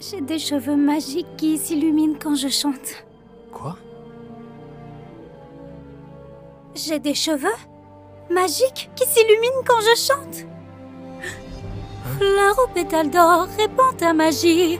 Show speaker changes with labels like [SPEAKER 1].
[SPEAKER 1] J'ai des cheveux magiques qui s'illuminent quand je chante.
[SPEAKER 2] Quoi
[SPEAKER 1] J'ai des cheveux magiques qui s'illuminent quand je chante. Fleur aux pétales d'or, répand ta magie.